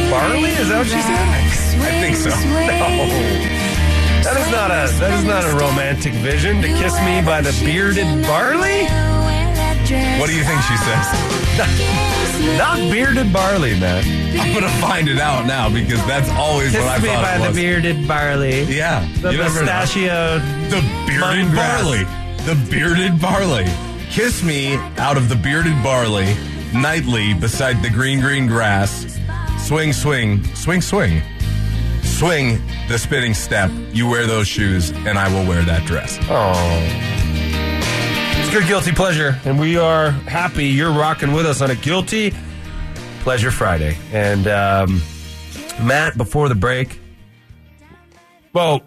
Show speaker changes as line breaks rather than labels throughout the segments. Is that what she said? I think so. No. That is not a that is not a romantic vision to kiss me by the bearded barley.
What do you think she says?
Not bearded barley, man.
I'm gonna find it out now because that's always
Kiss
what I
me
thought
by
it
the
was.
bearded barley.
Yeah,
The
you never know.
mustachioed.
The bearded
Mung grass.
barley. The bearded barley. Kiss me out of the bearded barley, nightly beside the green, green grass. Swing, swing, swing, swing. Swing the spinning step. You wear those shoes, and I will wear that dress.
Oh. It's your guilty pleasure, and we are happy you're rocking with us on a guilty pleasure Friday. And um, Matt, before the break, well,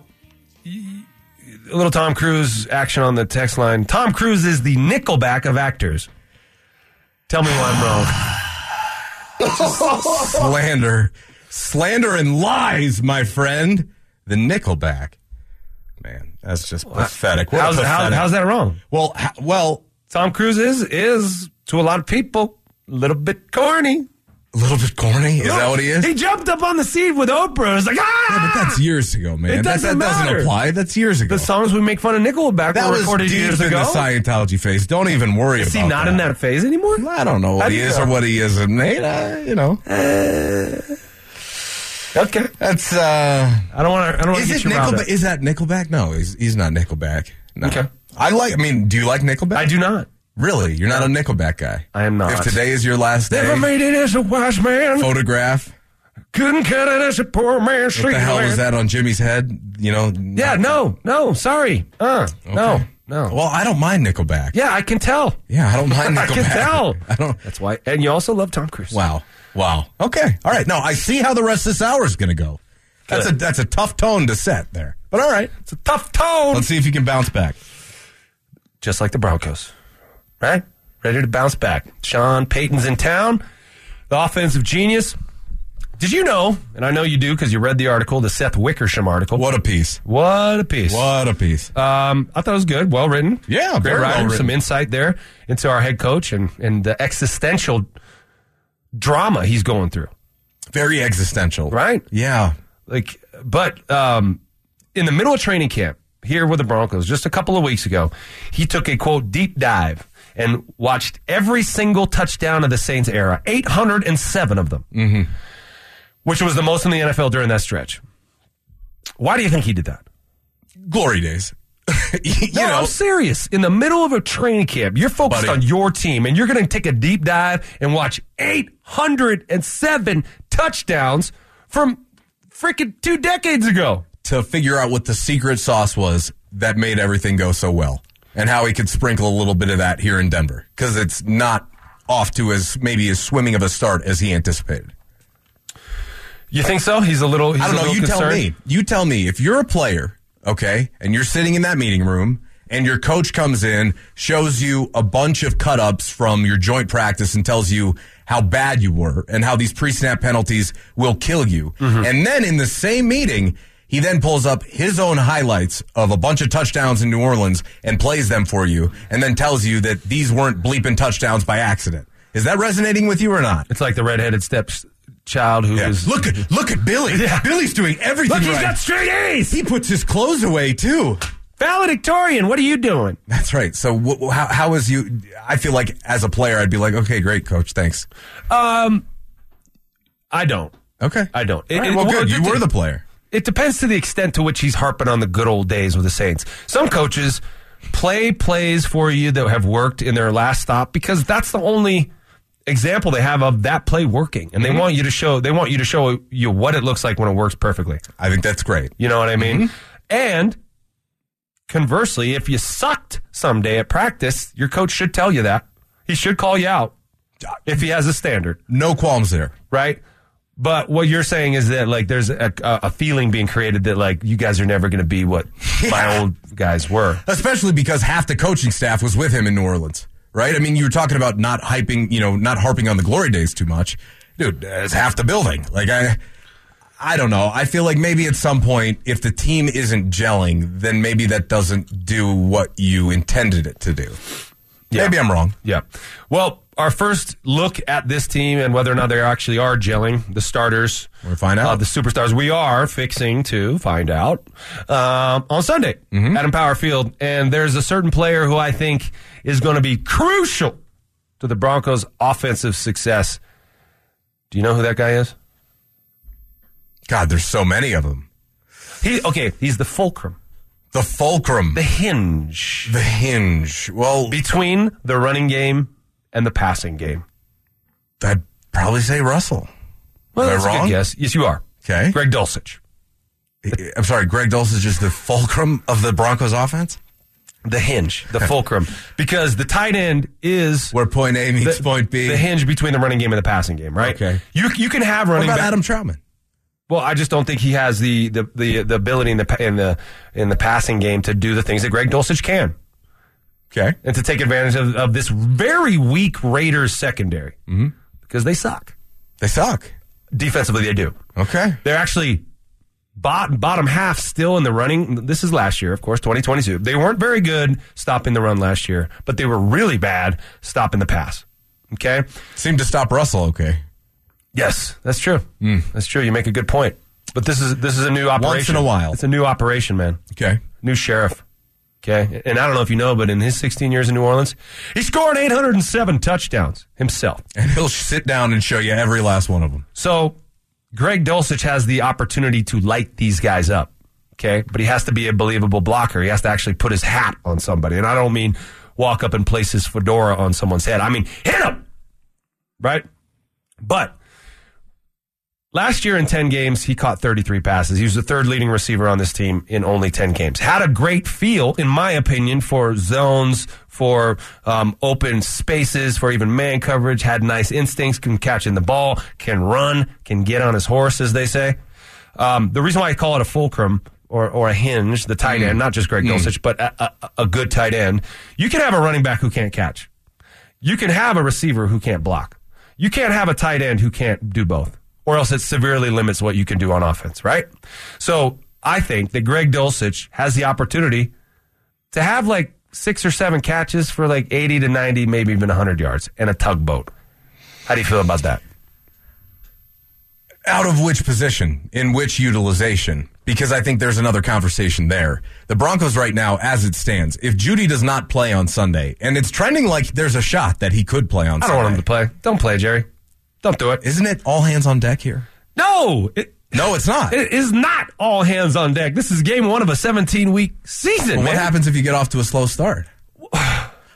y- a little Tom Cruise action on the text line. Tom Cruise is the Nickelback of actors. Tell me why I'm wrong.
Slander. Slander and lies, my friend. The Nickelback. Man, that's just pathetic. What a
How's, how,
pathetic-
how's that wrong?
Well, ha- well,
Tom Cruise is is to a lot of people a little bit corny.
a little bit corny. Is that what he is?
He jumped up on the seat with Oprah. It's like ah.
Yeah, but that's years ago, man.
It
that, that
doesn't matter.
doesn't apply. That's years ago.
the songs we make fun of Nickelback
that
were
was
recorded
deep
years
in
ago.
the Scientology phase. Don't even worry
Is he
about
not in that phase anymore?
I don't know
How
what
do
he
you uh,
is
know?
or what he isn't. Nate, uh, you know,
Okay,
that's. uh
I don't want to. I don't want to
Is it
get you riled up.
Nickelback? Is that Nickelback? No, he's he's not Nickelback. No.
Okay.
I like. I mean, do you like Nickelback?
I do not.
Really, you're not a Nickelback guy.
I am not.
If today is your last
Never
day,
made it as a wise man.
photograph.
Couldn't cut it as a poor man.
What the hell was that on Jimmy's head? You know.
Yeah, no, no, sorry. Uh, no, no.
Well, I don't mind Nickelback.
yeah, I can tell.
Yeah, I don't mind
I
Nickelback.
can tell.
I don't.
That's why. And you also love Tom Cruise.
Wow. Wow. Okay. All right. No, I see how the rest of this hour is going to go. That's a
Good.
that's a tough tone to set there. But all right.
It's a tough tone.
Let's see if you can bounce back.
just like the Broncos, right? Ready to bounce back. Sean Payton's in town, the offensive genius. Did you know, and I know you do because you read the article, the Seth Wickersham article.
What a piece.
What a piece.
What a piece.
Um, I thought it was good, well written.
Yeah,
great
very well
writer.
written.
Some insight there into our head coach and, and the existential drama he's going through,
Very existential.
right?
Yeah.
like but um in the middle of training camp here with the broncos just a couple of weeks ago he took a quote deep dive and watched every single touchdown of the saints era 807 of them mm-hmm. which was the most in the nfl during that stretch why do you think he did that
Glory days. you
no,
know.
I'm serious. In the middle of a training camp, you're focused
Buddy.
on your team, and you're going to take a deep dive and watch 807 touchdowns from freaking two decades ago.
to figure out what the secret sauce was that made everything go so well and how he could sprinkle a little bit of that here in Denver because it's not off to as maybe as swimming of a start as he anticipated.
You think so? He's a little. He's
I
a
don't know.
little
You tell
concerned?
me. You tell me if you're a player, okay, and you're sitting in that meeting room and your coach comes in, shows you a bunch of cut ups from your joint practice and tells you how bad you were and how these pre snap penalties will kill you.
Mm-hmm.
And then in the same meeting, he then pulls up his own highlights of a bunch of touchdowns in New Orleans and plays them for you and then tells you that these weren't bleeping touchdowns by accident. Is that resonating with you or not?
It's like the redheaded steps child who is
Yeah. Look at look at Billy.
Yeah.
Billy's doing everything
Look, he's
right.
got straight A's.
He puts his clothes away too.
Valedictorian. What are you doing?
That's right. So wh- wh- how how is you? I feel like as a player, I'd be like, okay, great, coach, thanks.
I don't.
Okay,
I don't.
All
It-
right,
it-
well,
well,
good. You
it-
were the player.
It depends to the extent to which he's harping on the good old days with the Saints. Some coaches play plays for you that have worked in their last stop because that's the only example they have of that play working, and they want you to show they want you to show you what it looks like when it works perfectly.
I think that's great.
You know what I mean? And conversely, if you sucked someday at practice, your coach should tell you that. He should call you out if he has a standard,
No qualms there.
right? But what you're saying is that like there's a, a a feeling being created that like you guys are never going to be what my old guys were.
especially because half the coaching staff was with him in New Orleans, right? I mean, you were talking about not hyping, you know, not harping on the glory days too much, dude. It's half the building. Like I, I don't know. I feel like maybe at some point, if the team isn't gelling, then maybe that doesn't do what you intended it to do. Maybe I'm wrong.
Yeah. Well, our first look at this team and whether or not they actually are gelling, the starters.
We'll find out.
Uh, the superstars. We are fixing to find out um, on Sunday
Mm-hmm.
at Empower Field. And there's a certain player who I think is going to be crucial to the Broncos' offensive success. Do you know who that guy is?
God, there's so many of them.
He okay. He's the fulcrum,
The fulcrum,
the hinge
the hinge. Well,
between the running game and the passing game.
I'd probably say Russell.
Well,
Am I
that's a
wrong?
good guess. Yes, you are.
Okay.
Greg Dulcich.
I'm sorry, Greg Dulce is just the fulcrum of the Broncos offense?
The hinge, the fulcrum, because the tight end is
Where point A meets point B.
the hinge between the running game and the passing game, right?
Okay.
You you can have
what
running
about
back-
Adam Troutman?
Well, I just don't think he has the the the, the ability in the pa- in the in the passing game to do the things that Greg Dulcich can
Okay.
and to take advantage of, of this very weak Raiders secondary mm-hmm. because they suck
They suck.
defensively. They do.
Okay.
They're actually bot, bottom half still in the running. This is last year, of course, 2022. They weren't very good stopping the run last year, but they were really bad stopping the pass. Okay?
Seemed to stop Russell, okay.
Yes, that's true. That's true. You make a good point. But this is this is a new operation.
Hmm. in a while.
It's a new operation, man.
Okay.
New sheriff. Okay? And I don't know if you know, but in his 16 years in New Orleans, he scored 807 touchdowns himself.
And he'll sit down and show you every last one of them.
So Greg Dulcich has the opportunity to light these guys up. Okay. But he has to be a believable blocker. He has to actually put his hat on somebody. And I don't mean walk up and place his fedora on someone's head. I mean hit him. Right? But last year in 10 games, he caught 33 passes. He was the third leading receiver on this team in only 10 games. Had a great feel, in my opinion, for zones, for um, open spaces, for even man coverage. Had nice instincts, can catch in the ball, can run, can get on his horse, as they say. Um, the reason why I call it a fulcrum or, or a hinge, the tight end, not just Greg Dulcich, but a, a, a good tight end, you can have a running back who can't catch. You can have a receiver who can't block. You can't have a tight end who can't do both, or else it severely limits what you can do on offense, right? So I think that Greg Dulcich has the opportunity to have like six or seven catches for like 80 to 90, maybe even 100 yards and a tugboat. How do you feel about that?
out of which position, in which utilization, because I think there's another conversation there. The Broncos right now, as it stands, if Judy does not play on Sunday, and it's trending like there's a shot that he could play on
I
Sunday.
don't want him to play. Don't play, Jerry. Don't do it.
Isn't it all hands on deck here?
No, it,
No, it's not.
it is not all hands on deck. This is game one of a 17 week season.
what
man.
happens if you get off to a slow start?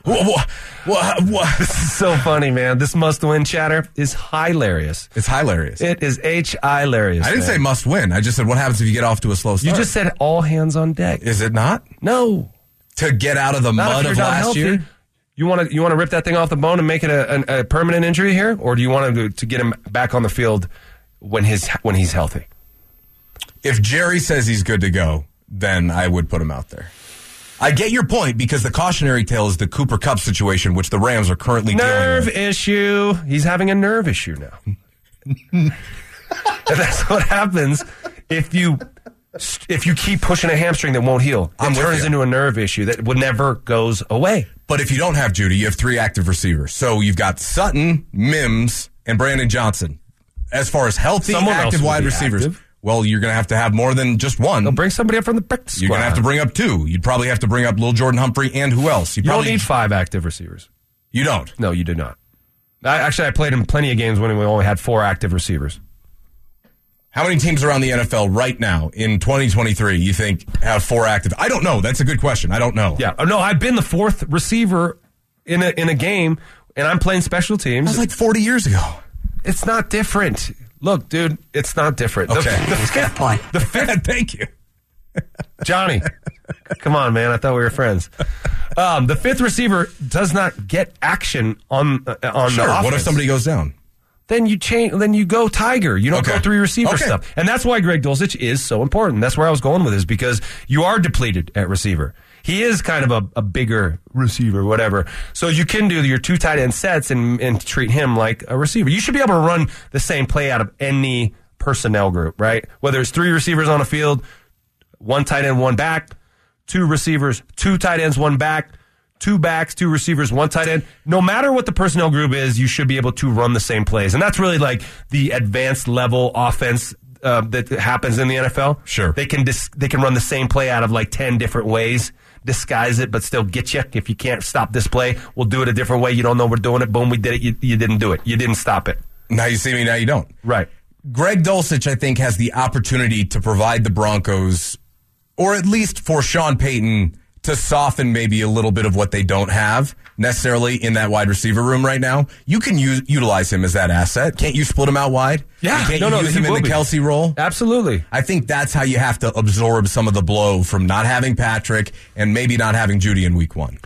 Wha- wha- wha- wha-
This is so funny, man. This must win chatter is hilarious.
It's hilarious.
It is H hilarious.
I didn't
man.
say must win. I just said what happens if you get off to a slow
You
start.
just said all hands on deck.
is it not
No,
to get out of the
not if
mud
you're
of
not
last
healthy.
year?
You want to you want to rip that thing off the bone and make it a, an- a permanent injury here, or do you want to to get him back on the field when his when he's healthy?
if Jerry says he's good to go, then I would put him out there. I get your point because the cautionary tale is the Cooper Cup situation, which the Rams are currently dealing
Nerve
with.
issue. He's having a nerve issue now. and that's what happens if you if you keep pushing a hamstring that won't heal. It
I'm with
turns
you.
into a nerve issue that would never goes away.
But if you don't have Judy, you have three active receivers. So you've got Sutton, Mims, and Brandon Johnson. As far as healthy,
Someone else
active
would
wide
be
receivers,
active.
well, you're going to have to have more than just one.
Bring somebody up from the practice
You're going
squad.
to have to bring up two. You'd probably have to bring up Lil Jordan Humphrey and who else? You
You don't
probably
need five active receivers.
you don't.
No, you do not. I, actually, I played in plenty of games when we only had four active receivers.
How many teams around the NFL right now in 2023 you think have four active? I don't know. That's a good question. I don't know.
Yeah. Oh, no, I've been the fourth receiver in a in a game, and I'm playing special
That
teams.
was like 40 years ago.
it's not different. Look, dude, it's not different. The-
Okay.
The, fifth point. The fifth,
Thank you.
Johnny. Come on, man. I thought we were friends. Um, the fifth receiver does not get action on uh, on
Sure.
the
What if
offense.
somebody goes down?
then you change then you go tiger you don't
Okay.
go three receiver
Okay.
stuff and that's why greg dulcich is so important that's where i was going with this because you are depleted at receiver he is kind of a, a bigger receiver whatever so you can do your two tight end sets and, and treat him like a receiver you should be able to run the same play out of any personnel group right whether it's three receivers on a field one tight end one back two receivers two tight ends one back two backs, two receivers, one tight end. No matter what the personnel group is, you should be able to run the same plays. And that's really like the advanced level offense uh, that happens in the NFL.
Sure.
They can dis- they can run the same play out of like 10 different ways, disguise it, but still get you. If you can't stop this play, we'll do it a different way. You don't know we're doing it. Boom, we did it. You, you didn't do it. You didn't stop it.
Now you see me, now you don't.
Right.
Greg Dulcich, I think, has the opportunity to provide the Broncos, or at least for Sean Payton, to soften maybe a little bit of what they don't have necessarily in that wide receiver room right now. You can use, utilize him as that asset. Can't you split him out wide?
Yeah.
And Can't
No,
you
no,
use
he
him in
will
the
be.
Kelsey role?
Absolutely.
I think that's how you have to absorb some of the blow from not having Patrick and maybe not having Judy in week one.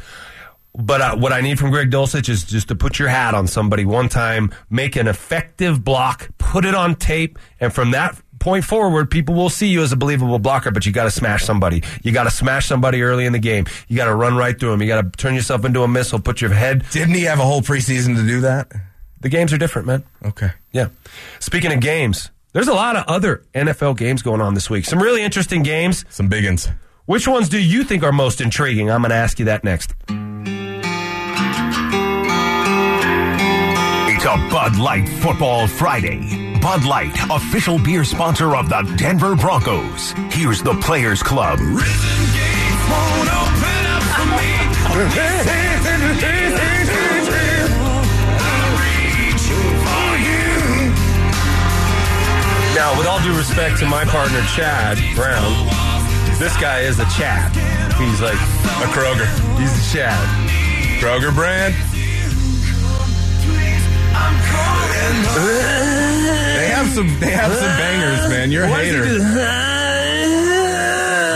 But uh, what I need from Greg Dulcich is just to put your hat on somebody one time, make an effective block, put it on tape, and from that point forward, people will see you as a believable blocker. But you got to smash somebody. You got to smash somebody early in the game. You got to run right through them. You got to turn yourself into a missile. Put your head.
Didn't he have a whole preseason to do that?
The games are different, man.
Okay.
Yeah. Speaking of games, there's a lot of other NFL games going on this week. Some really interesting games.
Some big ones.
Which ones do you think are most intriguing? I'm going to ask you that next.
It's a Bud Light Football Friday. Bud Light, official beer sponsor of the Denver Broncos. Here's the Players Club.
Now, with all due respect to my partner Chad Brown, this guy is a Chad. He's like
A Kroger.
he's a Chad.
Kroger brand. They have some they have some bangers, man. You're a hater.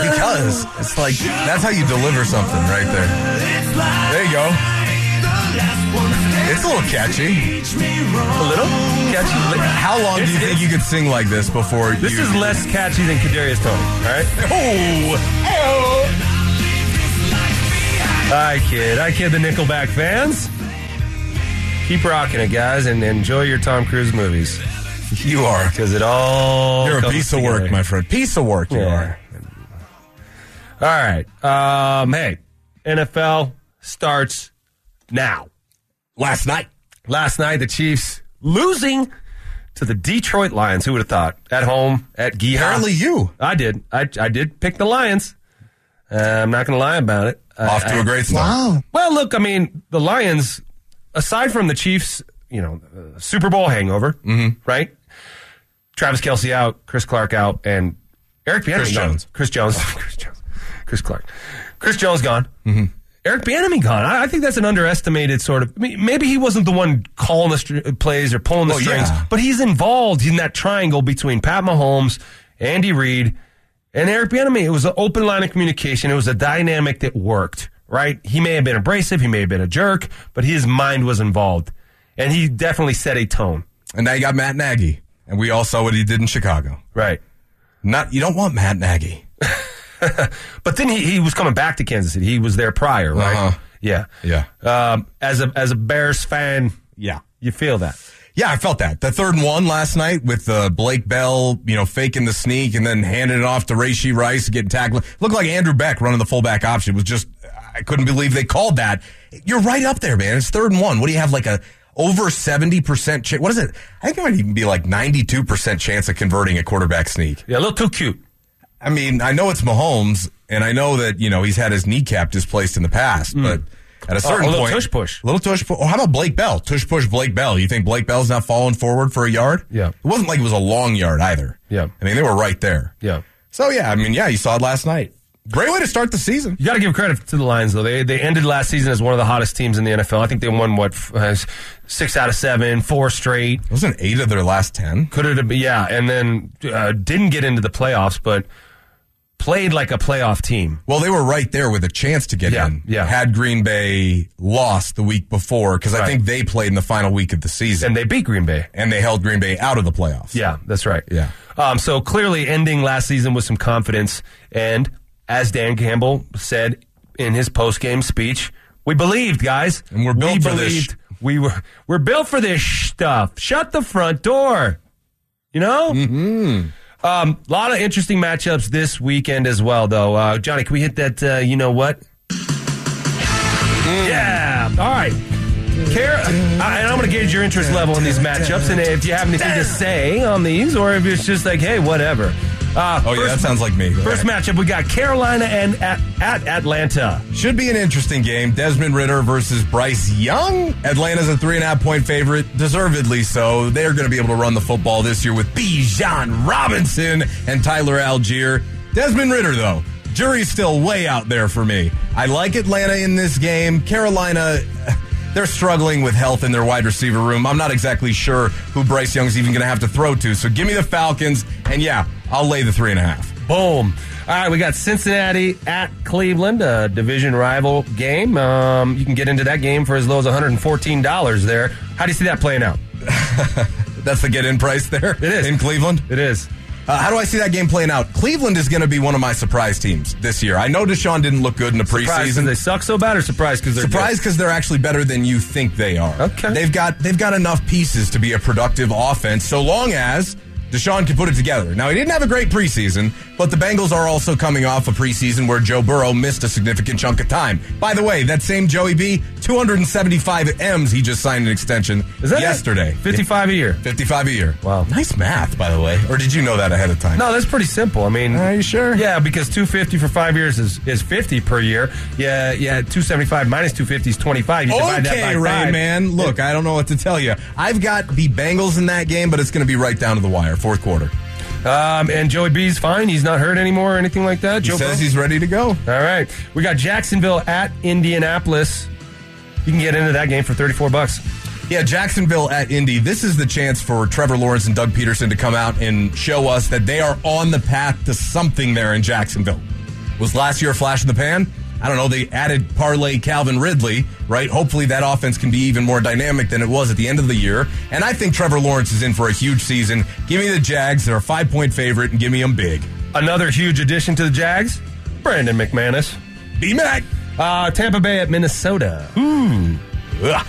Because it's like that's how you deliver something right there. There you go. It's a little catchy.
A little catchy. Li-
How long do
It's-
you think you could sing like this before
This
you
is less catchy than Kadarius Tony. All right,
Oh, oh.
I kid, I kid the Nickelback fans. Keep rocking it, guys, and enjoy your Tom Cruise movies
You are.
because it all
You're a
comes
piece of work,
together.
my friend. Piece of work you
Yeah.
are.
All right, um, hey, NFL starts now.
Last night.
last night the Chiefs losing to the Detroit Lions. Who would have thought? At home at Geehaw.
Apparently you.
I did. I, I did pick the Lions. Uh, I'm not going to lie about it. Uh,
Off to a great start.
well, look, I mean, the Lions, aside from the Chiefs, you know, uh, Super Bowl hangover, right? Travis Kelsey out, Chris Clark out, and Eric Bieniemy
Chris
gone.
Jones.
Chris Jones, Chris Jones, Chris Clark, Chris Jones gone. Eric Bieniemy gone. I, I think that's an underestimated sort of. I mean, maybe he wasn't the one calling the str- uh, plays or pulling the
Well,
strings,
yeah.
but he's involved in that triangle between Pat Mahomes, Andy Reid, and Eric Bieniemy. It was an open line of communication. It was a dynamic that worked. Right? He may have been abrasive. He may have been a jerk, but his mind was involved, and he definitely set a tone.
And now you got Matt Nagy. And we all saw what he did in Chicago.
Right.
Not you don't want Matt Nagy.
But then he, he was coming back to Kansas City. He was there prior, right?
Uh-huh.
Yeah.
Yeah.
Um, as a as a Bears fan,
Yeah.
you feel that.
Yeah, I felt that. The third and one last night with uh, Blake Bell, you know, faking the sneak and then handing it off to Rashi Rice, getting tackled. Looked like Andrew Beck running the fullback option. It was just, I couldn't believe they called that. You're right up there, man. It's third and one. What do you have, like a over 70% chance? What is it? I think it might even be like 92% chance of converting a quarterback sneak.
Yeah, a little too cute.
I mean, I know it's Mahomes, and I know that you know he's had his kneecap displaced in the past, but at a certain
Hmm. Oh, a little
point,
tush push.
little tush push. Oh, how about Blake Bell? Tush push, Blake Bell. You think Blake Bell's not falling forward for a yard?
Yeah.
It wasn't like it was a long yard either.
Yeah.
I mean, they were right there.
Yeah.
So yeah, I mean, yeah, you saw it last night. Great way to start the season.
You got to give credit to the Lions though. They they ended last season as one of the hottest teams in the NFL. I think they won what f- uh, six out of seven, four straight.
It wasn't eight of their last ten.
Could it have been? Yeah, and then uh, didn't get into the playoffs, but played like a playoff team.
Well, they were right there with a chance to get
Yeah,
in.
yeah.
Had Green Bay lost the week before, because I
Right.
think they played in the final week of the season,
And they beat Green Bay.
and they held Green Bay out of the playoffs.
Yeah, that's right.
Yeah.
Um, so clearly ending last season with some confidence. And as Dan Campbell said in his post game speech, we believed, guys.
And we're built
we
for this
believed We were we're built for this stuff. Shut the front door. You know? Mm-hmm. Um, a lot of interesting matchups this weekend as well, though. Uh, Johnny, can we hit that? Uh, you know what? All right. Care, I, and I'm going to gauge your interest level in these matchups, and if you have anything to say on these, or if it's just like, hey, whatever. Uh,
Oh, yeah, that
first-
sounds like me.
First matchup, we got Carolina and at, at Atlanta.
Should be an interesting game. Desmond Ritter versus Bryce Young. Atlanta's a three and a half point favorite, deservedly so. They're going to be able to run the football this year with Bijan Robinson and Tyler Algier. Desmond Ritter, though, jury's still way out there for me. I like Atlanta in this game. Carolina. They're struggling with health in their wide receiver room. I'm not exactly sure who Bryce Young's even going to have to throw to. So give me the Falcons, and yeah, I'll lay the three and a half.
Boom. All right, we got Cincinnati at Cleveland, a division rival game. Um, you can get into that game for as low as $114 there. How do you see that playing out?
That's the get in price there.
It is.
in Cleveland.
It is.
Uh, how do I see that game playing out? Cleveland is going to be one of my surprise teams this year. I know Deshaun didn't look good in the
Surprised 'cause they
preseason.
suck so bad, or surprised because they're good?
Surprised because they're actually better than you think they are.
Okay.
they've got they've got enough pieces to be a productive offense, so long as Deshaun can put it together. Now he didn't have a great preseason, but the Bengals are also coming off a preseason where Joe Burrow missed a significant chunk of time. By the way, that same Joey B, 275 M's, he just signed an extension
Is that it?
yesterday.
55 a year.
55 a year.
Wow.
nice math, by the way. Or did you know that ahead of time?
No, that's pretty simple. I mean,
Are you sure?
Yeah, because 250 for five years is, is 50 per year. Yeah, yeah, 275 minus 250 is 25. You divide that by
Okay, Ray,
five.
man. Look, I don't know what to tell you. I've got the Bengals in that game, but it's going to be right down to the wire, fourth quarter.
Um, and Joey B's fine. He's not hurt anymore or anything like that.
He
Joe
says
Burrow?
he's ready to go.
All right. We got Jacksonville at Indianapolis. You can get into that game for 34 bucks.
Yeah, Jacksonville at Indy. This is the chance for Trevor Lawrence and Doug Peterson to come out and show us that they are on the path to something there in Jacksonville. Was last year a flash in the pan? I don't know. They added parlay Calvin Ridley, right? Hopefully that offense can be even more dynamic than it was at the end of the year. And I think Trevor Lawrence is in for a huge season. Give me the Jags. They're a five point favorite and give me them big.
Another huge addition to the Jags, Brandon McManus.
B Mac.
Uh, Tampa Bay at Minnesota.
Ugh.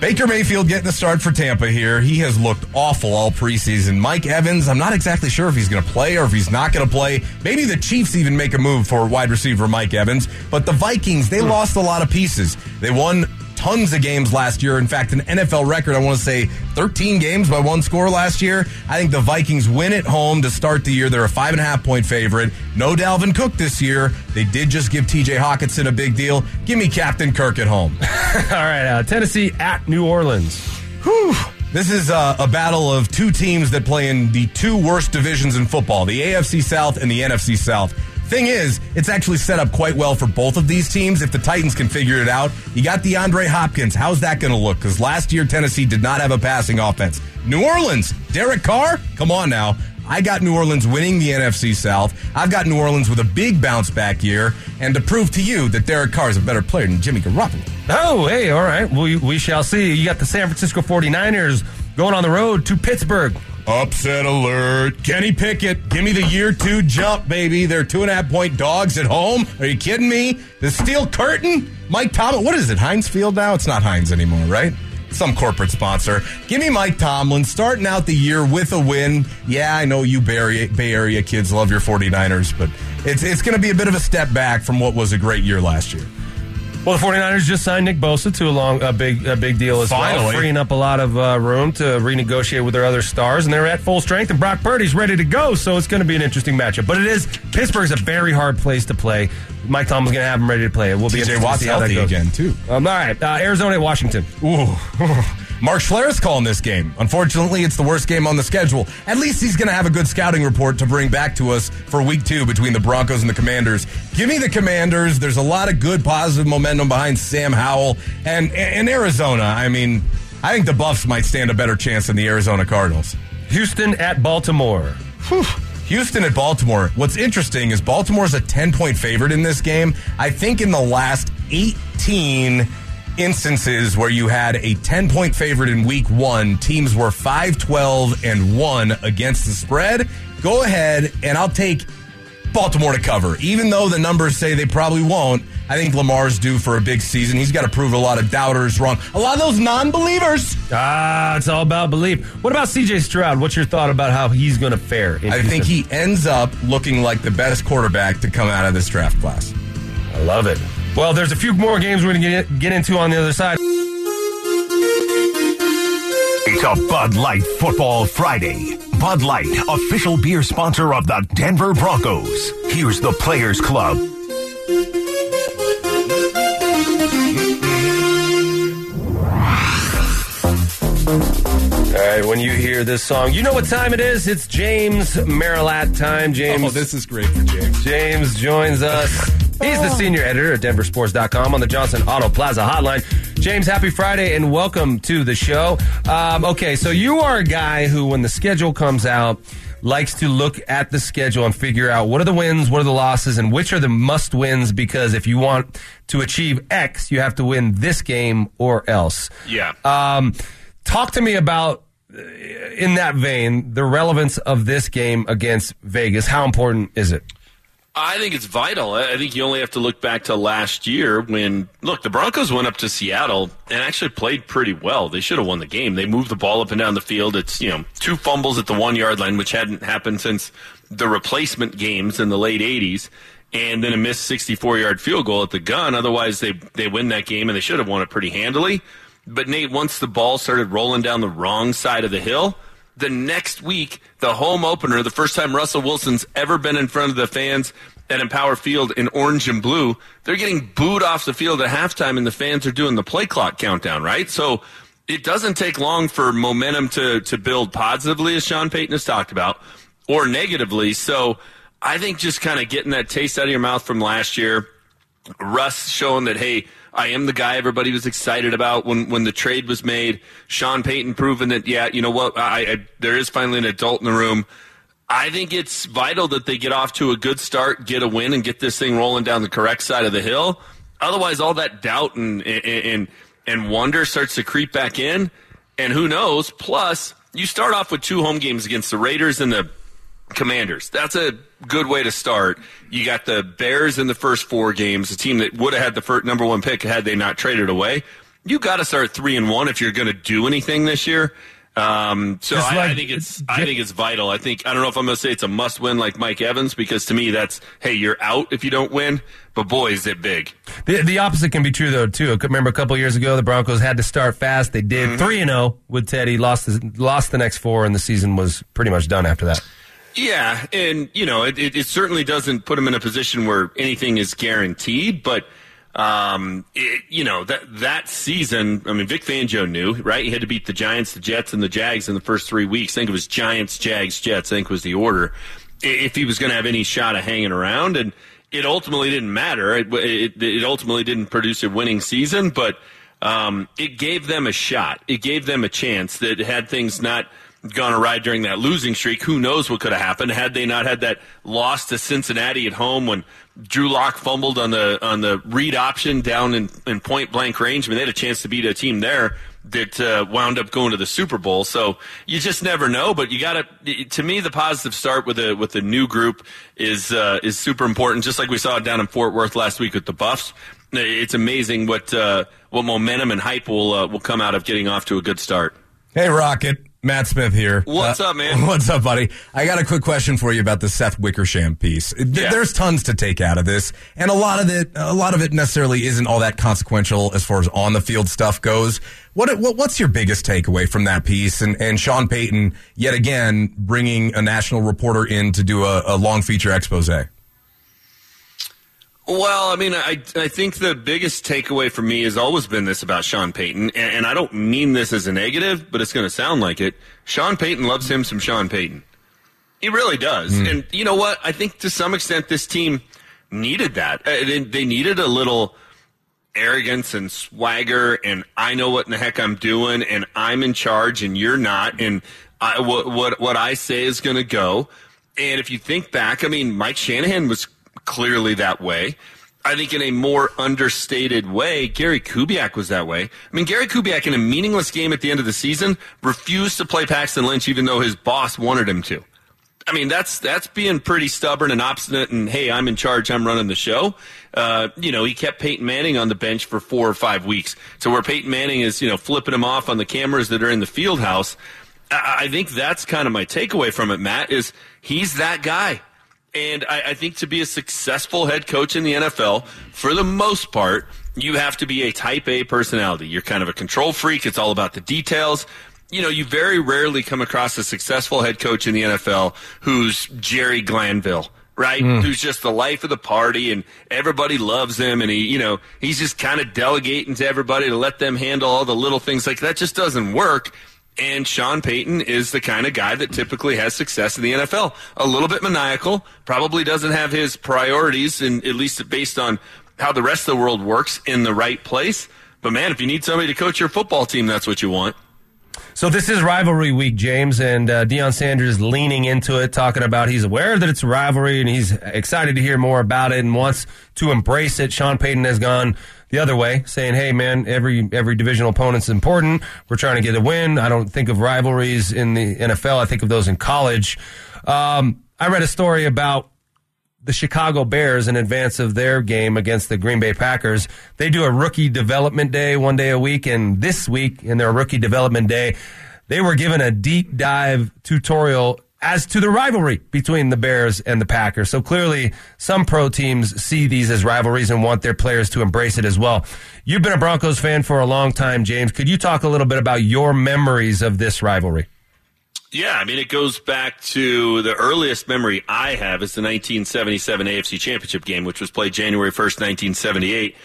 Baker Mayfield getting the start for Tampa here. He has looked awful all preseason. Mike Evans, I'm not exactly sure if he's going to play or if he's not going to play. Maybe the Chiefs even make a move for wide receiver Mike Evans. But the Vikings, they lost a lot of pieces. They won tons of games last year. In fact, an NFL record, I want to say 13 games by one score last year. I think the Vikings win at home to start the year. They're a five and a half point favorite. No Dalvin Cook this year. They did just give TJ Hawkinson a big deal. Give me Captain Kirk at home.
All right. Uh, Tennessee at New Orleans.
This is uh, a battle of two teams that play in the two worst divisions in football the AFC South and the NFC South. Thing is, it's actually set up quite well for both of these teams if the Titans can figure it out. You got DeAndre Hopkins. How's that going to look? Because last year, Tennessee did not have a passing offense. New Orleans, Derek Carr? Come on now. I got New Orleans winning the NFC South. I've got New Orleans with a big bounce back year. And to prove to you that Derek Carr is a better player than Jimmy Garoppolo.
Oh, hey, all right. We, we shall see. You got the San Francisco 49ers going on the road to Pittsburgh.
Upset alert. Kenny Pickett, give me the year two jump, baby. They're two and a half point dogs at home. Are you kidding me? The steel curtain? Mike Tomlin. What is it, Heinz Field now? It's not Heinz anymore, right? Some corporate sponsor. Give me Mike Tomlin starting out the year with a win. Yeah, I know you Bay Area, Bay Area kids love your 49ers, but it's, it's going to be a bit of a step back from what was a great year last year.
Well, the 49ers just signed Nick Bosa to a long, a big, a big deal as well,
Finally.
freeing up a lot of uh, room to renegotiate with their other stars, and they're at full strength. And Brock Purdy's ready to go, so it's going to be an interesting matchup. But it is Pittsburgh's a very hard place to play. Mike Tomlin's going to have him ready to play. It will be
TJ
interesting
Watt's
to see how that
healthy
goes.
again, too.
Um, all right, uh, Arizona at Washington.
Ooh. Mark Schlereth's calling this game. Unfortunately, it's the worst game on the schedule. At least he's going to have a good scouting report to bring back to us for week two between the Broncos and the Commanders. Give me the Commanders. There's a lot of good positive momentum behind Sam Howell. And in Arizona, I mean, I think the Buffs might stand a better chance than the Arizona Cardinals.
Houston at Baltimore.
Whew. Houston at Baltimore. What's interesting is Baltimore's a 10 point favorite in this game. I think in the last 18 instances where you had a 10 point favorite in week one, teams were 5 12 and 1 against the spread. Go ahead and I'll take Baltimore to cover. Even though the numbers say they probably won't, I think Lamar's due for a big season. He's got to prove a lot of doubters wrong. A lot of those non believers.
Ah, it's all about belief. What about C.J. Stroud? What's your thought about how he's going to fare? in
I think he
Houston?
ends up looking like the best quarterback to come out of this draft class.
I love it. Well, there's a few more games we're going to get, get into on the other side.
It's a Bud Light Football Friday. Bud Light, official beer sponsor of the Denver Broncos. Here's the Players Club.
All right, when you hear this song, you know what time it is. It's James Marilat time. James
Oh, this is great for James.
James joins us. He's the senior editor at denversports.com on the Johnson Auto Plaza hotline. James, happy Friday and welcome to the show. Um, okay, so you are a guy who, when the schedule comes out, likes to look at the schedule and figure out what are the wins, what are the losses, and which are the must wins because if you want to achieve X, you have to win this game or else.
Yeah.
Um, talk to me about, uh, in that vein, the relevance of this game against Vegas. How important is it?
I think it's vital. I I think you only have to look back to last year when, look, the Broncos went up to Seattle and actually played pretty well. They should have won the game. They moved the ball up and down the field. It's, you know, two fumbles at the one yard line, which hadn't happened since the replacement games in the late 80s, and then a missed 64 yard field goal at the gun. Otherwise, they, they win that game and they should have won it pretty handily. But Nate, once the ball started rolling down the wrong side of the hill, the next week, the home opener, the first time Russell Wilson's ever been in front of the fans at Empower Field in orange and blue, they're getting booed off the field at halftime, and the fans are doing the play clock countdown, right? So it doesn't take long for momentum to, to build positively, as Sean Payton has talked about, or negatively. So I think just kind of getting that taste out of your mouth from last year, Russ showing that hey, I am the guy everybody was excited about when when the trade was made. Sean Payton proving that yeah, you know what, I, I there is finally an adult in the room. I think it's vital that they get off to a good start, get a win, and get this thing rolling down the correct side of the hill. Otherwise, all that doubt and and and wonder starts to creep back in, and who knows? Plus, you start off with two home games against the Raiders and the Commanders. That's a good way to start. You got the Bears in the first four games, a team that would have had the first number one pick had they not traded away. You got to start three and one if you're going to do anything this year. Um, so
Just
I,
like-
I think it's I think it's vital. I think I don't know if I'm going to say it's a must win like Mike Evans because to me that's hey you're out if you don't win. But boy is it big.
The, the opposite can be true though too. Remember a couple years ago, the Broncos had to start fast. They did three and zero with Teddy. Lost his, lost the next four, and the season was pretty much done after that.
Yeah, and you know, it, it, it certainly doesn't put him in a position where anything is guaranteed. But um, it, you know that that season, I mean, Vic Fangio knew right. He had to beat the Giants, the Jets, and the Jags in the first three weeks. I think it was Giants, Jags, Jets. I think was the order i- if he was going to have any shot of hanging around. And it ultimately didn't matter. It it, it ultimately didn't produce a winning season, but um, it gave them a shot. It gave them a chance that had things not gone awry during that losing streak, who knows what could have happened had they not had that loss to Cincinnati at home when Drew Lock fumbled on the on the read option down in, in point blank range. I mean, they had a chance to beat a team there that uh, wound up going to the Super Bowl. So you just never know. But you got to. To me, the positive start with a with a new group is uh, is super important. Just like we saw down in Fort Worth last week with the Buffs. It's amazing what uh, what momentum and hype will uh, will come out of getting off to a good start.
Hey, Rocket. Matt Smith here. Uh,
What's up, man?
What's up, buddy? I got a quick question for you about the Seth Wickersham piece. Th-
Yeah.
There's tons to take out of this, and a lot of it, a lot of it necessarily isn't all that consequential as far as on the field stuff goes. What, what what's your biggest takeaway from that piece? And and Sean Payton yet again bringing a national reporter in to do a, a long feature expose.
Well, I mean, I I think the biggest takeaway for me has always been this about Sean Payton, and, and I don't mean this as a negative, but it's going to sound like it. Sean Payton loves him some Sean Payton. He really does, and you know what? I think to some extent this team needed that. Uh, They, they needed a little arrogance and swagger and I know what in the heck I'm doing and I'm in charge and you're not and I, what what what I say is going to go. And if you think back, I mean, Mike Shanahan was clearly that way. I think in a more understated way, Gary Kubiak was that way. I mean, Gary Kubiak in a meaningless game at the end of the season refused to play Paxton Lynch even though his boss wanted him to. I mean, that's that's being pretty stubborn and obstinate. And hey, I'm in charge. I'm running the show. Uh, you know, he kept Peyton Manning on the bench for four or five weeks. So where Peyton Manning is, you know, flipping him off on the cameras that are in the field house. I, I think that's kind of my takeaway from it. Matt is he's that guy. And I, I think to be a successful head coach in the NFL, for the most part, you have to be a type A personality. You're kind of a control freak. It's all about the details. You know, you very rarely come across a successful head coach in the NFL who's Jerry Glanville, right? Who's just the life of the party and everybody loves him and he, you know, he's just kind of delegating to everybody to let them handle all the little things like that just doesn't work. And Sean Payton is the kind of guy that typically has success in the NFL. A little bit maniacal, probably doesn't have his priorities, and at least based on how the rest of the world works, in the right place. But man, if you need somebody to coach your football team, that's what you want.
So this is rivalry week, James, and uh, Deion Sanders leaning into it, talking about he's aware that it's a rivalry and he's excited to hear more about it and wants to embrace it. Sean Payton has gone the other way, saying, "Hey, man, every every divisional opponent's important. We're trying to get a win. I don't think of rivalries in the NFL. I think of those in college." Um, I read a story about the Chicago Bears in advance of their game against the Green Bay Packers. They do a rookie development day one day a week, and this week in their rookie development day, they were given a deep dive tutorial as to the rivalry between the Bears and the Packers. So clearly, some pro teams see these as rivalries and want their players to embrace it as well. You've been a Broncos fan for a long time, James. Could you talk a little bit about your memories of this rivalry?
Yeah, I mean, it goes back to the earliest memory I have is the 1977 AFC Championship game, which was played January 1st, 1978,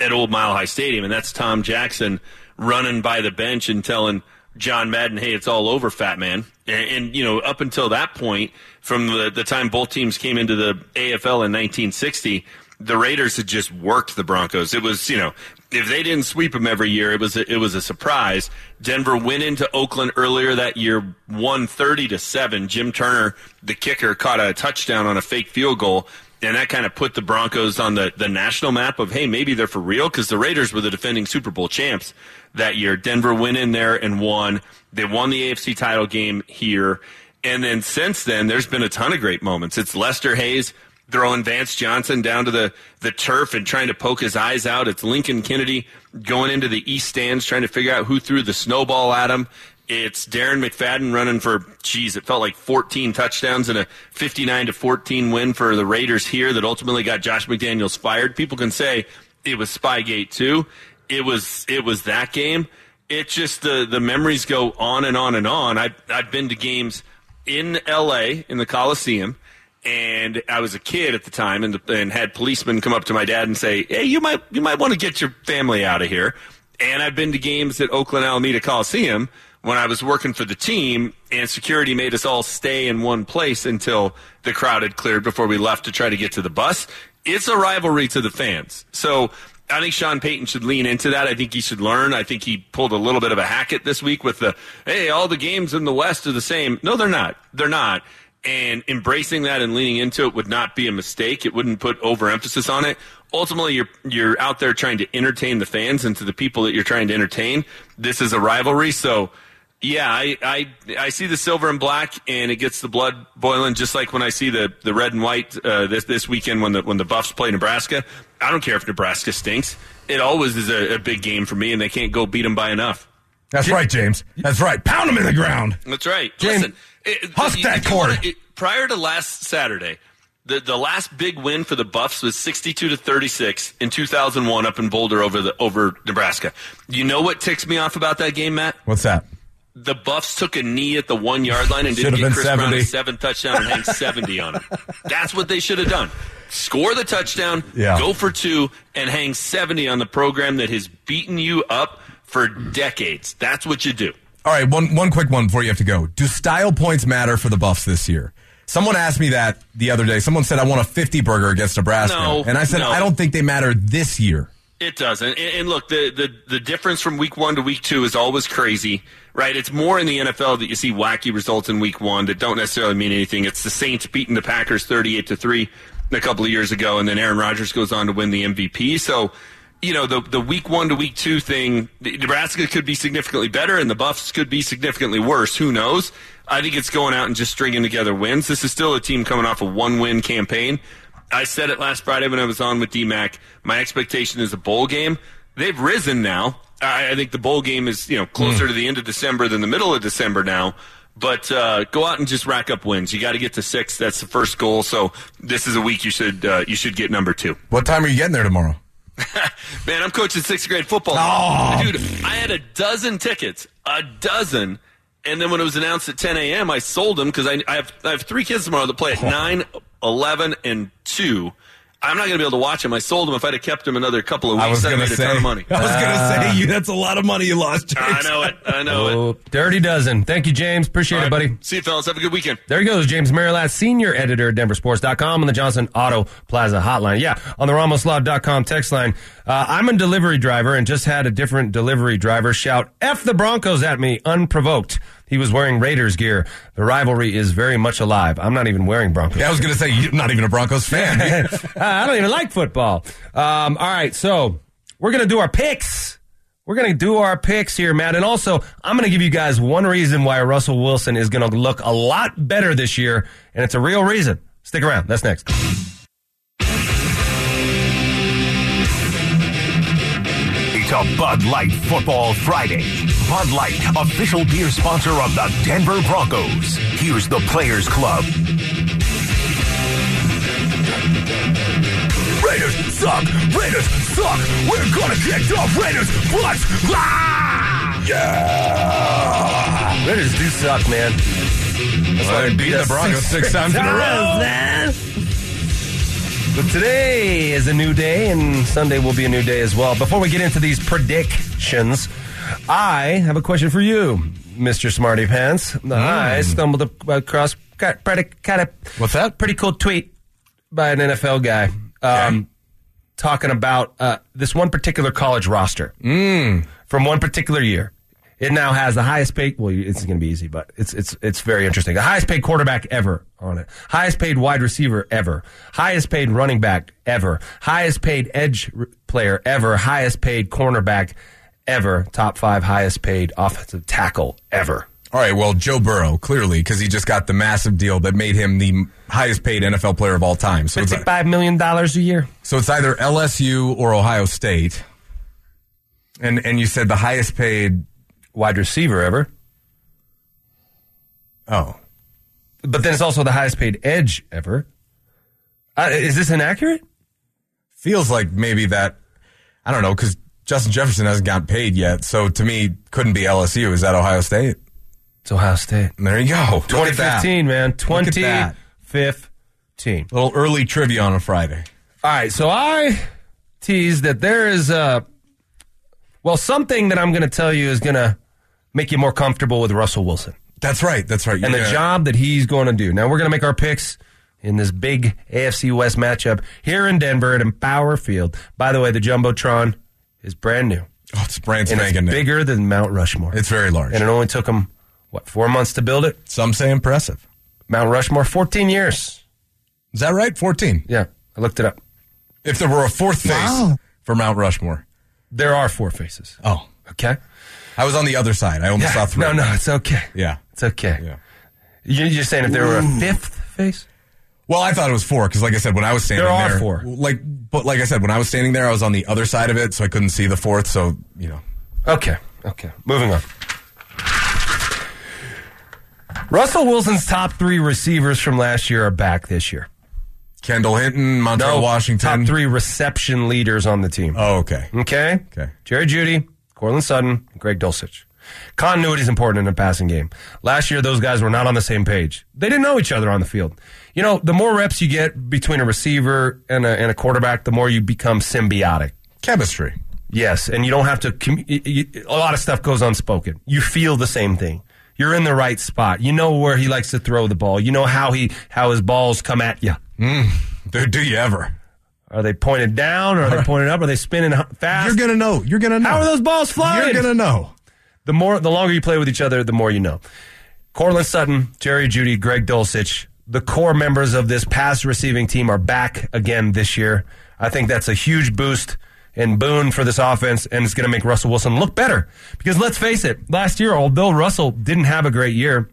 at Old Mile High Stadium. And that's Tom Jackson running by the bench and telling John Madden, hey, it's all over, fat man. And, and you know, up until that point, from the, the time both teams came into the AFL in 1960, the Raiders had just worked the Broncos. It was, you know, if they didn't sweep them every year, it was a, it was a surprise. Denver went into Oakland earlier that year, one thirty to seven. Jim Turner, the kicker, caught a touchdown on a fake field goal, and that kind of put the Broncos on the the national map of hey, maybe they're for real because the Raiders were the defending Super Bowl champs that year. Denver went in there and won. They won the AFC title game here, and then since then, there's been a ton of great moments. It's Lester Hayes throwing Vance Johnson down to the, the turf and trying to poke his eyes out. It's Lincoln Kennedy going into the east stands trying to figure out who threw the snowball at him. It's Darren McFadden running for, geez, it felt like 14 touchdowns and a 59 to 14 win for the Raiders here that ultimately got Josh McDaniels fired. People can say it was Spygate too. It was, it was that game. It just, the, the memories go on and on and on. I've, I've been to games in LA in the Coliseum and I was a kid at the time, and and had policemen come up to my dad and say, "Hey, you might you might want to get your family out of here." And I've been to games at Oakland Alameda Coliseum when I was working for the team, and security made us all stay in one place until the crowd had cleared before we left to try to get to the bus. It's a rivalry to the fans, so. I think Sean Payton should lean into that. I think he should learn. I think he pulled a little bit of a Hackett this week with the, hey, all the games in the West are the same. No, they're not. They're not and embracing that and leaning into it would not be a mistake. It wouldn't put overemphasis on it. Ultimately, you're you're out there trying to entertain the fans and to the people that you're trying to entertain. This is a rivalry, so yeah, I I, I see the silver and black, and it gets the blood boiling, just like when I see the, the red and white uh, this this weekend when the when the Buffs play Nebraska. I don't care if Nebraska stinks; it always is a, a big game for me, and they can't go beat them by enough.
That's right, James. That's right. Pound him in the ground.
That's right.
James,
Listen, it,
huff
you-
that
if you wanna-
cord.
it- prior to last Saturday, the the last big win for the Buffs was 62 to 36 in 2001 up in Boulder over the over Nebraska. You know what ticks me off about that game, Matt?
What's that?
The Buffs took a knee at the one yard line and didn't
Should've
get
been
Chris Brown
70.
a seventh touchdown and hang 70 on him. That's what they should have done. Score the touchdown,
Yeah.
go for two, and hang 70 on the program that has beaten you up for decades. That's what you do.
All right, one one quick one before you have to go. Do style points matter for the Buffs this year? Someone asked me that the other day. Someone said I want a 50 burger against Nebraska,
No,
and I said
no.
I don't think they matter this year.
It doesn't. And, and look, the, the, the difference from week one to week two is always crazy, right? It's more in the NFL that you see wacky results in week one that don't necessarily mean anything. It's the Saints beating the Packers 38 to 3 a couple of years ago, and then Aaron Rodgers goes on to win the MVP. So, you know, the, the week one to week two thing, the- Nebraska could be significantly better, and the Buffs could be significantly worse. Who knows? I think it's going out and just stringing together wins. This is still a team coming off a one win campaign. I said it last Friday when I was on with DMAC. My expectation is a bowl game. They've risen now. I, I think the bowl game is you know closer to the end of December than the middle of December now. But uh, go out and just rack up wins. You got to get to six. That's the first goal. So this is a week you should uh, you should get number two.
What time are you getting there tomorrow?
Man, I'm coaching sixth grade football.
Oh.
Dude, I had a dozen tickets, a dozen. And then when it was announced at 10 a.m., I sold them because I, I, have, I have three kids tomorrow that play at 9, 11, and 2. I'm not going to be able to watch them. I sold them. If I'd have kept them another couple of
I
weeks,
was
I'd have
gonna
made a ton
say.
of money.
I was gonna say you. That's a lot of money you lost. James.
I know it. I know it.
Oh, dirty dozen. Thank you, James. Appreciate it, buddy.
See you, fellas. Have a good weekend.
There he goes, James Marilat, senior editor at denversports.com and the Johnson Auto Plaza hotline. Yeah, on the ramoslaw.com text line. Uh, I'm a delivery driver and just had a different delivery driver shout F the Broncos at me unprovoked. He was wearing Raiders gear. The rivalry is very much alive. I'm not even wearing Broncos.
Yeah, I was gonna say you're not even a Broncos fan.
I don't even like football. Um, all right, so we're going to do our picks. We're going to do our picks here, Matt. And also, I'm going to give you guys one reason why Russell Wilson is going to look a lot better this year, and it's a real reason. Stick around. That's next.
It's a Bud Light Football Friday. Bud Light, official beer sponsor of the Denver Broncos. Here's the Players Club. Raiders suck! Raiders suck! We're gonna kick the Raiders' butts! Yeah!
Raiders do suck, man.
That's why they beat the Broncos six times in a row.
But today is a new day, and Sunday will be a new day as well. Before we get into these predictions, I have a question for you, Mr. Smarty Pants. I stumbled ac- across kind of, kind of
Hmm. What's that?
pretty cool tweet by an NFL guy um, talking about uh, this one particular college roster from one particular year. It now has the highest paid. Well, it's going to be easy, but it's it's it's very interesting. The highest paid quarterback ever on it. Highest paid wide receiver ever. Highest paid running back ever. Highest paid edge r- player ever. Highest paid cornerback ever. Top five highest paid offensive tackle ever.
All right, well, Joe Burrow clearly because he just got the massive deal that made him the highest paid NFL player of all time. So it's,
Fifty-five million dollars a year.
so it's either LSU or Ohio State. And and you said the highest paid.
Wide receiver ever.
Oh,
But then it's also the highest paid edge ever. Uh, is this inaccurate?
feels like maybe that I don't know because Justin Jefferson hasn't gotten paid yet. So to me, couldn't be LSU. Is that Ohio State?
It's Ohio State.
There you go. Look at that.
2015, man.
Look at that.
2015.
Little early trivia on a Friday.
All right, so I tease that there is a well something that I'm going to tell you is going to make you more comfortable with Russell Wilson
That's right. That's right.
and the job that he's going to do. Now we're going to make our picks in this big AFC West matchup here in Denver at Empower Field. By the way, the jumbotron is brand new
Oh, it's brand
and it's
spanking new.
bigger than Mount Rushmore.
It's very large.
and it only took them what four months to build it.
Some say impressive.
Mount Rushmore, 14 years.
Is that right? Fourteen.
Yeah, I looked it up.
If there were a fourth face for Mount Rushmore.
There are four faces.
Oh,
Okay.
I was on the other side. I almost saw three.
No, no, it's okay.
Yeah.
It's okay.
Yeah.
You're just saying if there were a fifth face?
Well, I thought it was four because, like I said, when I was standing
There are
there,
four.
Like, but like I said, when I was standing there, I was on the other side of it, so I couldn't see the fourth. So you know,
Okay. Okay. Moving on. Russell Wilson's top three receivers from last year are back this year. Oh,
Kendall Hinton, Montreal Washington.
Top three reception leaders on the team.
Oh, okay.
Okay.
Okay.
Jerry Judy, Cortland Sutton, Greg Dulcich. Continuity is important in a passing game. Last year, those guys were not on the same page. They didn't know each other on the field. You know, the more reps you get between a receiver and a, and a quarterback, the more you become symbiotic.
Chemistry.
Yes, and you don't have to. commu- y- y- A lot of stuff goes unspoken. You feel the same thing. You're in the right spot. You know where he likes to throw the ball. You know how he how his balls come at you.
Dude, do you ever?
Are they pointed down? Or are they pointed up? Are they spinning h- fast?
You're gonna know. You're gonna know.
how are those balls flying?
You're gonna know.
the more the longer you play with each other, the more you know. Cortland Sutton, Jerry Judy, Greg Dulcich, the core members of this pass receiving team are back again this year. I think that's a huge boost and boon for this offense, and it's going to make Russell Wilson look better. Because let's face it, last year, although Russell didn't have a great year,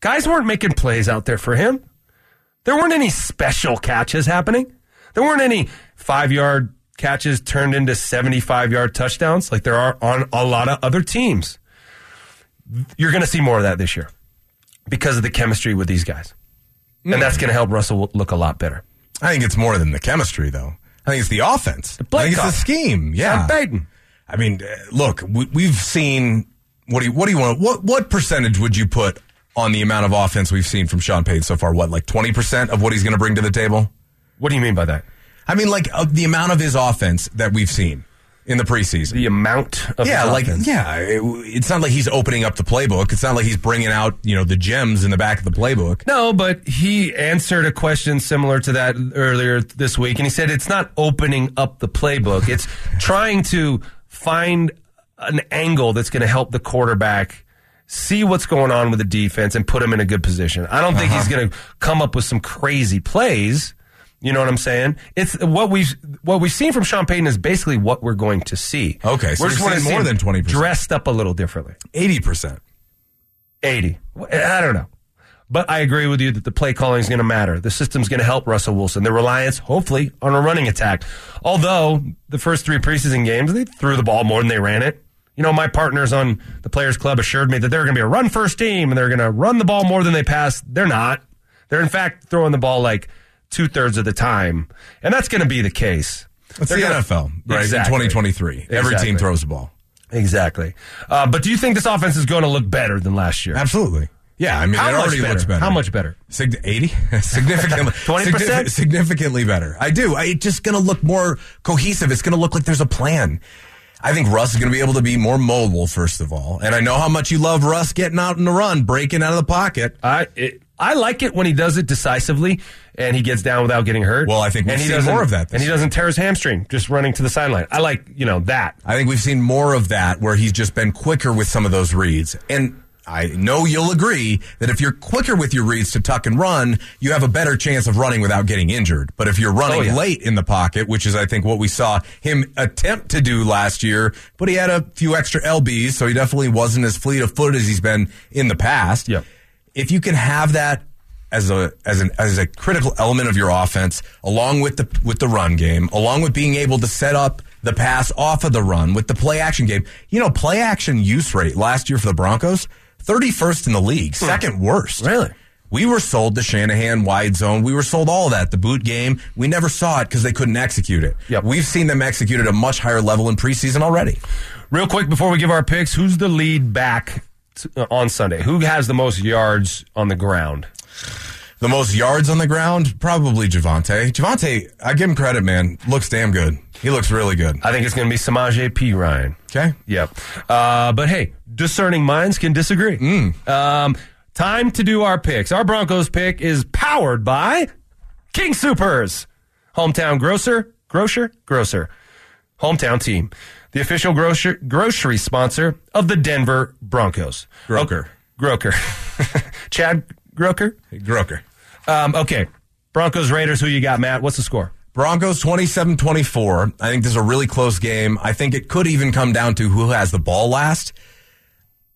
guys weren't making plays out there for him. There weren't any special catches happening. There weren't any five yard catches turned into 75 yard touchdowns like there are on a lot of other teams. You're going to see more of that this year. because of the chemistry with these guys. And that's going to help Russell look a lot better.
I think it's more than the chemistry, though. I think it's the offense. I
play
think
call.
it's the scheme. Yeah.
Sean Payton.
I mean, uh, look, we, we've seen. What do you What do you want? What What percentage would you put on the amount of offense we've seen from Sean Payton so far? What, like twenty percent of what he's going to bring to the table?
What do you mean by that?
I mean, like uh, the amount of his offense that we've seen in the preseason.
The amount of
yeah,
his
like
offense.
yeah, it, it's not like he's opening up the playbook. It's not like he's bringing out you know the gems in the back of the playbook.
No, but he answered a question similar to that earlier this week, and he said it's not opening up the playbook; it's trying to find an angle that's going to help the quarterback see what's going on with the defense and put him in a good position. I don't think he's
Uh-huh.
going to come up with some crazy plays. You know what I'm saying? It's what we've what we've seen from Sean Payton is basically what we're going to see.
Okay, so
we're
you're
wanna
seeing
see
more
him
than 20%.
dressed up a little differently.
Eighty percent.
80. I don't know. But I agree with you that the play calling is going to matter. The system's going to help Russell Wilson. The reliance, hopefully, on a running attack. Although the first three preseason games, they threw the ball more than they ran it. You know, my partners on the Players Club assured me that they're going to be a run first team and they're going to run the ball more than they pass. They're not. They're, in fact, throwing the ball like two thirds of the time. And that's going to be the case.
That's
They're
the
gonna-
NFL, right?
Exactly.
In 2023, every
Exactly.
team throws the ball.
Exactly. Uh, but do you think this offense is going to look better than last year?
Absolutely. Yeah, I mean,
How
it
much
already
better?
looks better.
How much better?
Sig- 80? significantly.
20%?
signifi- Significantly better. I do. I, it's just going to look more cohesive. It's going to look like there's a plan. I think Russ is going to be able to be more mobile, first of all. And I know how much you love Russ getting out in the run, breaking out of the pocket.
I it, I like it when he does it decisively and he gets down without getting hurt.
Well, I think we've
and he
seen
doesn't-
more of that this
and he doesn't tear his hamstring just running to the sideline. I like you know that.
I think we've seen more of that where he's just been quicker with some of those reads. And I know you'll agree that if you're quicker with your reads to tuck and run, you have a better chance of running without getting injured. But if you're running
Oh, yeah.
late in the pocket, which is, I think, what we saw him attempt to do last year, but he had a few extra LBs, so he definitely wasn't as fleet of foot as he's been in the past.
Yep.
If you can have that as a as an as a critical element of your offense, along with the with the run game, along with being able to set up the pass off of the run with the play action game. You know, play action use rate last year for the Broncos, thirty first in the league, second worst.
Hmm. Really?
We were sold the Shanahan wide zone. We were sold all that. The boot game. We never saw it because they couldn't execute it.
Yep.
We've seen them execute at a much higher level in preseason already.
Real quick before we give our picks, who's the lead back t- uh, on Sunday? Who has the most yards on the ground?
The most yards on the ground, probably Javante. Javante, I give him credit, man. Looks damn good. He looks really good.
I think it's going to be Samaje P Ryan.
Okay.
Yep. Uh, but hey, discerning minds can disagree. Um, time to do our picks. Our Broncos pick is powered by King Supers, hometown grocer, grocer, grocer, hometown team, the official grocer, grocery sponsor of the Denver Broncos.
Groker.
Groker. Chad Groker.
Groker.
Um, okay. Broncos Raiders, who you got, Matt? What's the score?
Broncos 27 24. I think this is a really close game. I think it could even come down to who has the ball last.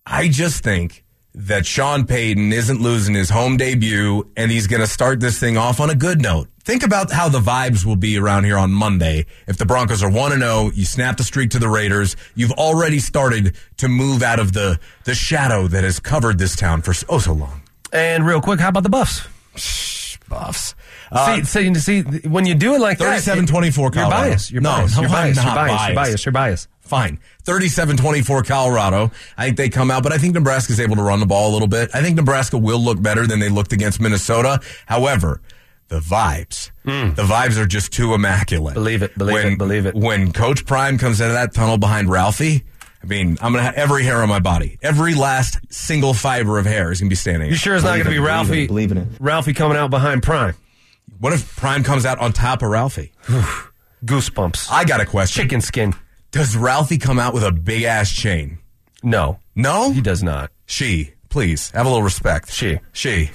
I just think that Sean Payton isn't losing his home debut and he's going to start this thing off on a good note. Think about how the vibes will be around here on Monday. If the Broncos are 1 0, you snap the streak to the Raiders. You've already started to move out of the, the shadow that has covered this town for s- oh so long.
And real quick, how about the Buffs?
Buffs.
see, see, see, when you do it like that,
37-24
you're
Colorado.
biased. You're
No,
biased.
no,
You're
I'm
biased. You're
not
biased. You're
biased.
biased. You're biased.
Fine. 37 24 Colorado. I think they come out, but I think Nebraska's able to run the ball a little bit. I think Nebraska will look better than they looked against Minnesota. However, the vibes, the vibes are just too immaculate.
Hmm. Believe it, believe
when,
it, believe it.
When Coach Prime comes into that tunnel behind Ralphie, I mean, I'm going to have every hair on my body, every last single fiber of hair is going to be standing.
You sure it's not going to be Ralphie?
believe in it.
Ralphie coming out behind Prime.
What if Prime comes out on top of Ralphie?
Goosebumps.
I got a question.
Chicken skin.
Does Ralphie come out with a big ass chain?
No,
No?
he does not.
She, please, have a little respect.
She.
She.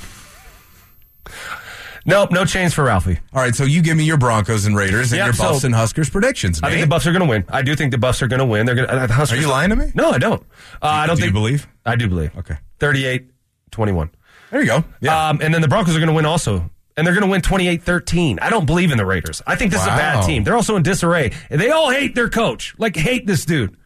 Nope, no change for Ralphie.
All right, so you give me your Broncos and Raiders and
Yeah,
your
so-
Buffs and Huskers predictions.
I
mate.
think the Buffs are going to win. I do think the Buffs are going to win. They're going. Uh, the Huskers-
Are you lying to me?
No, I don't. Uh, I don't
do you
think.
believe?
I do believe.
Okay.
38-21.
There you go. Yeah.
Um, and then the Broncos are going to win also. And they're going to win 28-13. I don't believe in the Raiders. I think this is a bad
Wow.
team. They're also in disarray. And they all hate their coach. Like hate this dude.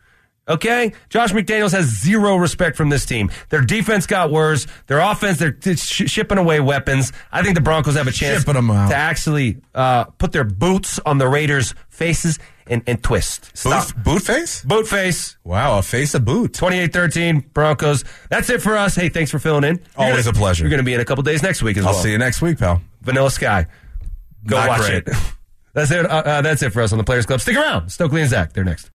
Okay, Josh McDaniels has zero respect from this team. Their defense got worse. Their offense, they're t- sh- shipping away weapons. I think the Broncos have a chance
Shipping 'em out.
to actually uh, put their boots on the Raiders' faces and, and twist. Stop.
Boot, boot face?
Boot face.
Wow, a face of boot.
28-13, Broncos. That's it for us. Hey, thanks for filling in. You're
Always
gonna-
a pleasure.
You're going to be in a couple days next week as
I'll
well.
see you next week, pal.
Vanilla Sky. Go
Not
watch
great.
it. That's it. Uh, uh, that's it for us on the Players Club. Stick around. Stokely and Zach. They're next.